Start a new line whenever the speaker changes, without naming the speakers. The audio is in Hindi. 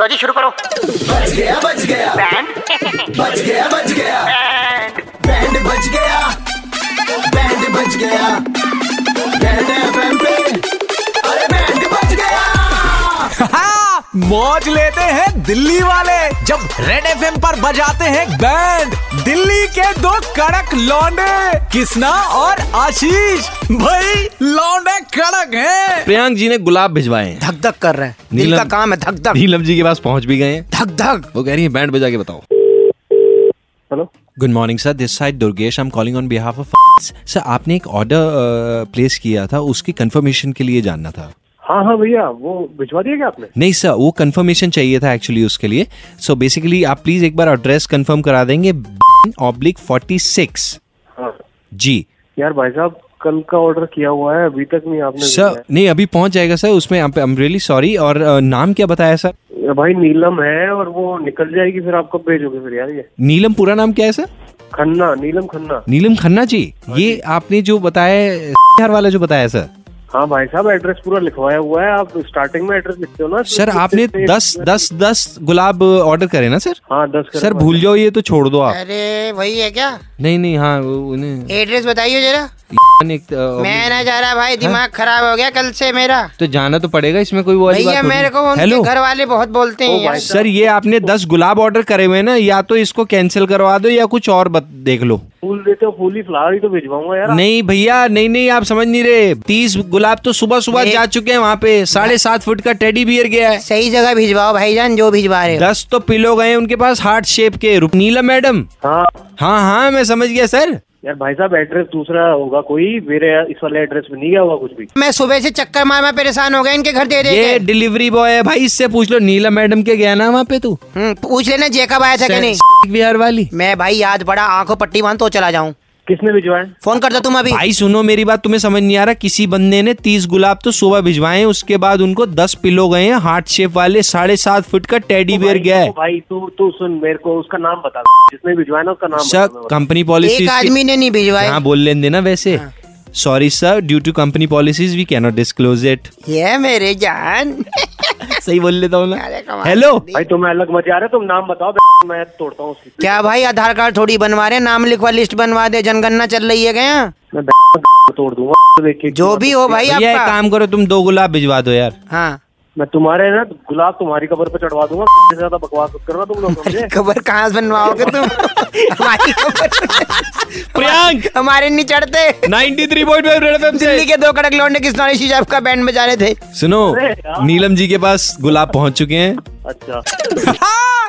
लो जी तो शुरू करो
बच गया बच गया
बैंड
बच गया बच गया बैंड बच गया बैंड बच गया बैंड एफएम पे अरे बैंड बच गया
हाँ, मौज लेते हैं दिल्ली वाले जब रेड एफ पर बजाते हैं बैंड दिल्ली के दो कड़क लौंडे किसना और आशीष भाई लौंडे कड़क हैं
प्रियांक जी ने गुलाब भिजवाए हैं
धक धक कर रहे हैं दिल का
नीलम-
काम है धक धक
नीलम जी के पास पहुंच भी गए हैं
धक धक
वो कह रही है बैंड बजा के बताओ good morning sir this side Durgesh I am calling on behalf of sir आपने एक ऑर्डर प्लेस किया था उसकी कंफर्मेशन के लिए जानना था
हाँ हाँ भैया वो भिजवा दिया क्या आपने
नहीं सर वो कंफर्मेशन चाहिए था एक्चुअली उसके लिए सो बेसिकली आप प्लीज एक बार एड्रेस कंफर्म करा देंगे ऑब्लिक फोर्टी सिक्स
हाँ
जी
यार भाई साहब कल का ऑर्डर किया हुआ है अभी तक नहीं आपने
सर
भेजा
नहीं अभी पहुंच जाएगा सर उसमें आई एम रियली सॉरी और uh, नाम क्या बताया सर
है। भाई नीलम है और वो निकल जाएगी फिर आप कब भेजोगे फिर यार ये
नीलम पूरा नाम क्या है सर
खन्ना नीलम खन्ना
नीलम खन्ना जी ये आपने जो बताया है, हर वाला जो बताया है, सर
हाँ भाई साहब एड्रेस पूरा लिखवाया हुआ है आप स्टार्टिंग में एड्रेस लिखते हो ना तो
सर आपने दस दस दस गुलाब ऑर्डर करे ना सर
हाँ दस
सर भूल जाओ ये तो छोड़ दो आप
अरे वही है क्या
नहीं नहीं हाँ वो- उन्हें
एड्रेस बताइए जरा
एक, अ,
मैं ना जा रहा
हाँ।
भाई दिमाग खराब हो गया कल से मेरा
तो जाना तो पड़ेगा इसमें कोई वो वाली
भैया
बात होगी।
मेरे को उनके
हेलो
घर वाले बहुत बोलते हैं यार।
सर ये आपने दस गुलाब ऑर्डर करे हुए हैं ना या तो इसको कैंसिल करवा दो या कुछ और बत, देख लो
फूल देते हो फूल ही फ्लावर ही तो भिजवाऊंगा यार
नहीं भैया नहीं नहीं आप समझ नहीं रहे तीस गुलाब तो सुबह सुबह
नहीं।
जा चुके हैं वहाँ पे साढ़े सात फुट का टेडी बियर गया है
सही जगह भिजवाओ भाईजान जो भिजवा रहे हो
दस तो पिलो गए उनके पास हार्ट शेप के रुक- नीलम मैडम
हाँ
हाँ हाँ मैं समझ गया सर
यार भाई साहब एड्रेस दूसरा होगा कोई मेरे इस वाले एड्रेस में नहीं गया होगा कुछ भी
मैं सुबह से चक्कर मार मार परेशान हो गया इनके घर दे दे
ये
के।
डिलीवरी बॉय है भाई इससे पूछ लो नीलम मैडम के गया ना वहाँ पे तू
हम्म, पूछ लेना जेकब आया था कि नहीं
बिहार वाली
मैं भाई याद पड़ा आंखों पट्टी बांध तो चला जाऊं
किसने भिजवाया
फोन कर दो तुम अभी
भाई सुनो मेरी बात तुम्हें समझ नहीं आ रहा किसी बंदे ने तीस गुलाब तो सुबह भिजवाए हैं, उसके बाद उनको दस पिलो गए हैं हार्ट शेप वाले साढ़े सात फुट का टेडी बियर
भाई,
गया है
तो भाई तू तू सुन मेरे को उसका नाम बता जिसने भिजवाया ना उसका नाम बता
सर
मेरे को।
कंपनी
एक आदमी हाँ।
पॉलिसी
ने नहीं
हाँ
भिजवाए
बोल लेन देना वैसे sorry sir due to company policies we cannot disclose it
ये मेरे जान
सही बोल लेता हूँ
अरे
ना
कमाल
हेलो
भाई तुम्हें अलग मजे आ रहे तुम नाम बताओ मैं तोड़ता हूँ उसकी
क्या भाई आधार कार्ड थोड़ी बनवा रहे हैं, नाम लिखवा लिस्ट बनवा दे जनगणना चल रही है क्या
मैं को तोड़ दूंगा देखिए
जो भी हो भाई
तो- भैया एक
आपका
काम करो तुम दो गुलाब भिजवा दो यार
हाँ
मैं तुम्हारे ना गुलाब तुम्हारी कबर पे चढ़वा दूंगा इससे ज्यादा बकवास मत करना तुम लोग समझे
खबर कहाँ से बनवाओगे तुम हमारी खबर
प्रियांक
हमारे नहीं चढ़ते
93.5 रेड एफएम
दिल्ली के दो कड़क लौंडे किस नॉलेज हिजाब का बैंड बजा रहे थे
सुनो
अरे यार।
नीलम जी के पास गुलाब पहुंच चुके हैं
अच्छा
हाँ,